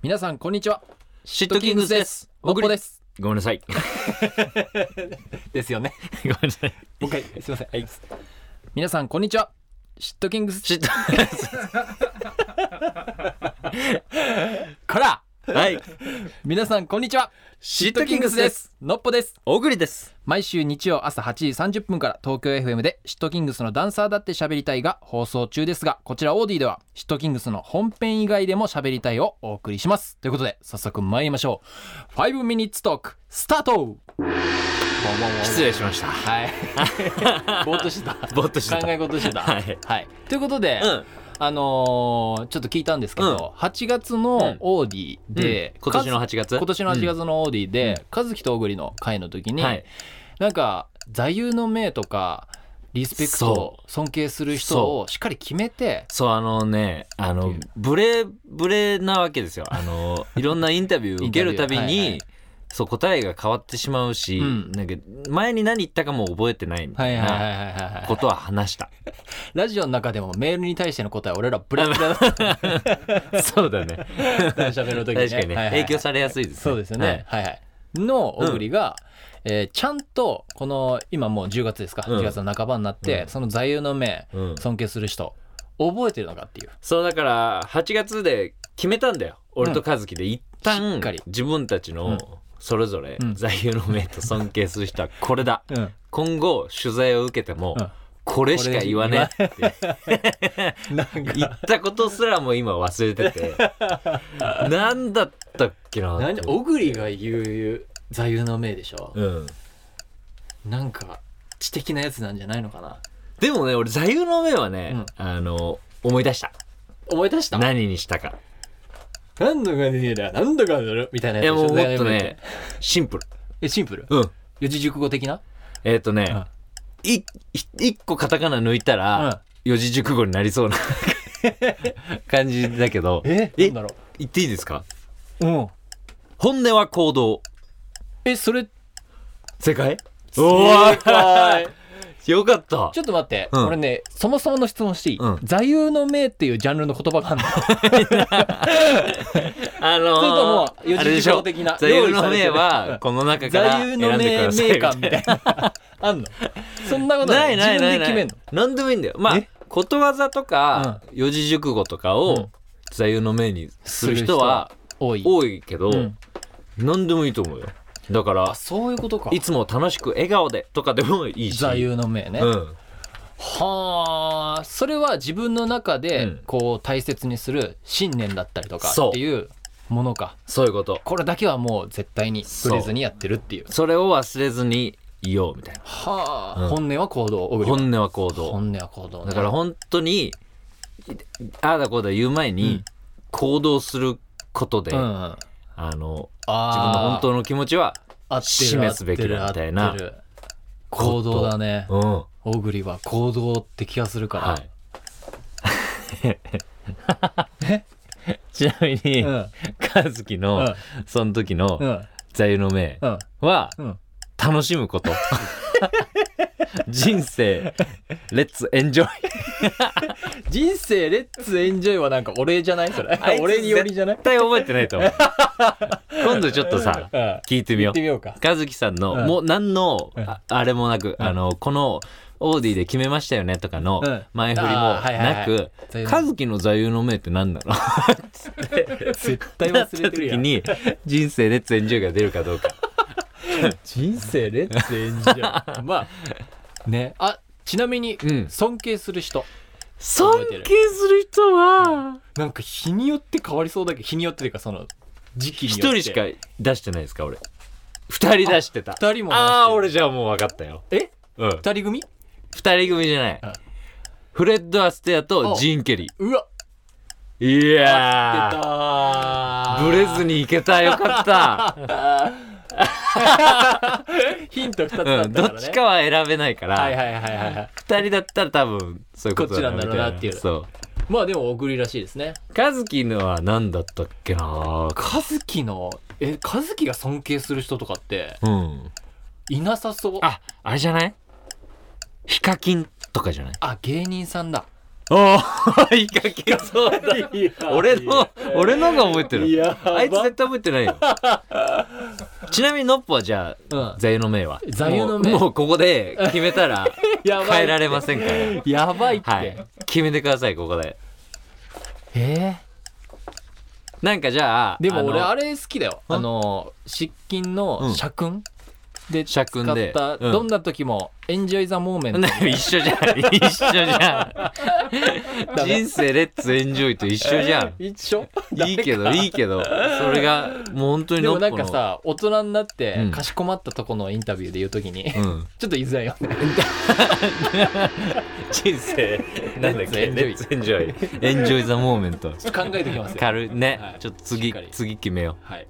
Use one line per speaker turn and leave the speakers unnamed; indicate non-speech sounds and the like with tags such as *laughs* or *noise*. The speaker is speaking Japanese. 皆さんこんにちはシ
シ
ットキングスです僕
僕
で
ですごめんなさい。
ですよね
*laughs* ごめんなさい。
もう一回すいませんはい皆さんこんにちはシットキングス
シット
から
はい。
皆さんこんにちは
シッ
シットキングスで。すのっぽです
おぐりです。
毎週日曜朝8時30分から東京 FM でシットキングスのダンサーだって喋りたいが放送中ですがこちらオーディではシットキングスの本編以外でも喋りたいをお送りしますということで早速参りましょう5ミニッツトークスタート
失礼しました。 *laughs*
はいぼーっとしてた
ぼーっとしてた
考え事してた
はい
ということで、
うん。
あのーちょっと聞いたんですけど、8月のオーディで、
今年の
か
8月
ず今年の8
うん
月のオーディで、和樹と小栗の会の時に、
はい。
なんか座右の銘とかリスペクト
そ
尊敬する人をしっかり決めて
そう、あのね、あ
っ
の
ていう、
ブレ、ブレなわけですよ。あ *laughs* の、いろんなインタビュー受けるたび
インタビューはいはい
に、そう、答えが変わってしまうし、
うん
なんか、前に何言ったかも覚えてないみ
は
た
い
い
はいはい
な
はいはい
ことは話した。
ラジオの中でもメールに対しての答え俺らブラブラ
*laughs* そうだね。
喋る時
*laughs* 確かにね、
はいはい
影響されやすいですね。
そうですよね。はいはい。の小栗が、えーちゃんとこの今もう10月ですか、
うん
10月の半ばになって、
うん
その座右の銘
はい。うん。
尊敬する人覚えてるのかっていう。
そうだから8月で決めたんだよ俺と和樹で
し
一
っ
旦
かり
自分たち
うん
のそれぞれ
うん
座右の銘と尊敬する人はこ
*laughs*
れだ
うん、
今後取材を受けても
うん
これしか言わねえって
*laughs* なんか
言ったことすらも今忘れてて
*laughs*
なんだったっけなって
何小栗が言う座右の銘でしょ、
うん
なんか知的なやつなんじゃないのかな
でもね俺座右の銘はねあの思い出した
思い出した
何にしたか
何度かでえだ何度か塗るみたいないや
や
つでし
もう
ょ
もっとねシンプル
えシンプル
うん
四字熟語的な
えっとねい一個カタカナ抜いたら四字熟語になりそうな *laughs* 感じだけど
え
え
なんだろ
言っていいですか
ううん
本音は行動
えそれ
正解
正解
ーよかった
ちょっと待って、
うん
俺ねそもそもの質問していい、
うん
座右の銘っていうジャンルの言葉があるのそ
あのー、
れとも四
あれ
字
でし
熟
ょ
語的な
座右の
用意さ
銘
れてる
はこの中か
座
ら
右
選ん
の
でく
銘
ださい
銘感みたい
*laughs*
なあんのそんなこと
な
ないい
ないな
自
いな
分で
い
決
何でもいいんだよまあ
え
ことわざとか四字熟語とか
う
を
ん
座右の銘にする人は
めんの多い
多いけど
うん
何でもいいと思うよだか
あ
ら
そういうことか
いつも楽しく笑顔でとかでもいいし
座右の銘ね、
うん
はあそれは自分の中
う
で
ん
こう大切にする信念だったりとか
そう
っていうものか
そういうこと
これだけはもう絶対にブれずにやってるっていう
それを忘れずにいようみたいな
はあ、
うん
本音は行動小栗は
本音は行動
本音は行動ね、
だから本当にああだこうだ言う前
う
に
ん
行動することで、
うんうん、あ
あの自分の
あ
本当の気持ちは
当
示すべきだみたいな
行動だね
うんは
小栗は行動って気がするから、
*laughs* い *laughs* ちなみに、
うん
和樹
う
の
ん
その時
う
の
ん
座右の銘
うん
は
うん
楽しむこと
*laughs*
人生レッツエンジョイ
人生レッツエンジョイはなんかお礼じゃないそれ
あいつ
俺によりじゃない
絶対覚えてないと思う今度ちょっとさ
うん
聞いて
行
みよ
っ
う
てみようか
和樹さんの、
うん
もう何の
うん
ああれもなく、
うん
あのこのオーディで決めましたよねとかの
うん
前振りも
あーはいはいは
ないく
座右の
和樹の座右の銘って何なの
絶対忘れてるやん
な *laughs* った時に人生レッツエンジョイが出るかどうか
人生レッツエンジョイまあねあちなみに
うん
尊敬する人
尊敬する人は
なんか日によって変わりそうだけど日によってというかその時期によ
一
って
人しか出してないですか俺二人出してた
二人も出してる
ああー俺じゃあもう分かったよ
え
うん
二人組
二人組じゃない
うん
フレッド・アステア
お
とジーン・ケリ
うわ
ーいやー
出た
ブレずにいけたよか
*laughs*
った、
ヒント二つだったから
う
ね
ん、どっちかは選べないから、
はいはいはいはいはい
2人だったら多分そういうこと
こっちなんだろうなっていう
そう
まあでも送りらしいですね
和樹のは何だったっけな
和樹のえ和樹が尊敬する人とかって
うん
いなさそう
ああれじゃないヒカキンとかじゃない
あ芸人さんだ
おーいいかけそうだ俺の俺のが覚えてる
や
あいつ絶対覚えてない
*laughs*
よちなみにノッポはじゃあ、
うん
座右の銘は
座右の銘
もうもうここで決めたら
*laughs* やばい
変えられませんから
やばいって、
はい決めてくださいここで
え
なんかじゃあ
ーでも俺
あの
あれ好きだよ
うん
あの失禁の社訓で使
社
っ
訓で
た
うん
どんな時もエンジョイ・ザ・モーメント
ね *laughs* 一緒じゃん一緒じゃん
ダメ
人生レッツエンジョイと一緒じゃん
一緒
いいけどいいけどそれがもう本当に
で
ノ
もなん
ッポ
か
の
さ大人になって
うん
かしこまったとこのインタビューで言う時に、 *laughs*
うん、
ちょっと言いづらいよね
人生なんだっけレ
レッ
ッ
ツ
ツエンジョイエンジョイザモーメント
ちょっと考えておきますよ
軽いね、
はい
ちょっと次
しっかり
次決めよ
はい、
う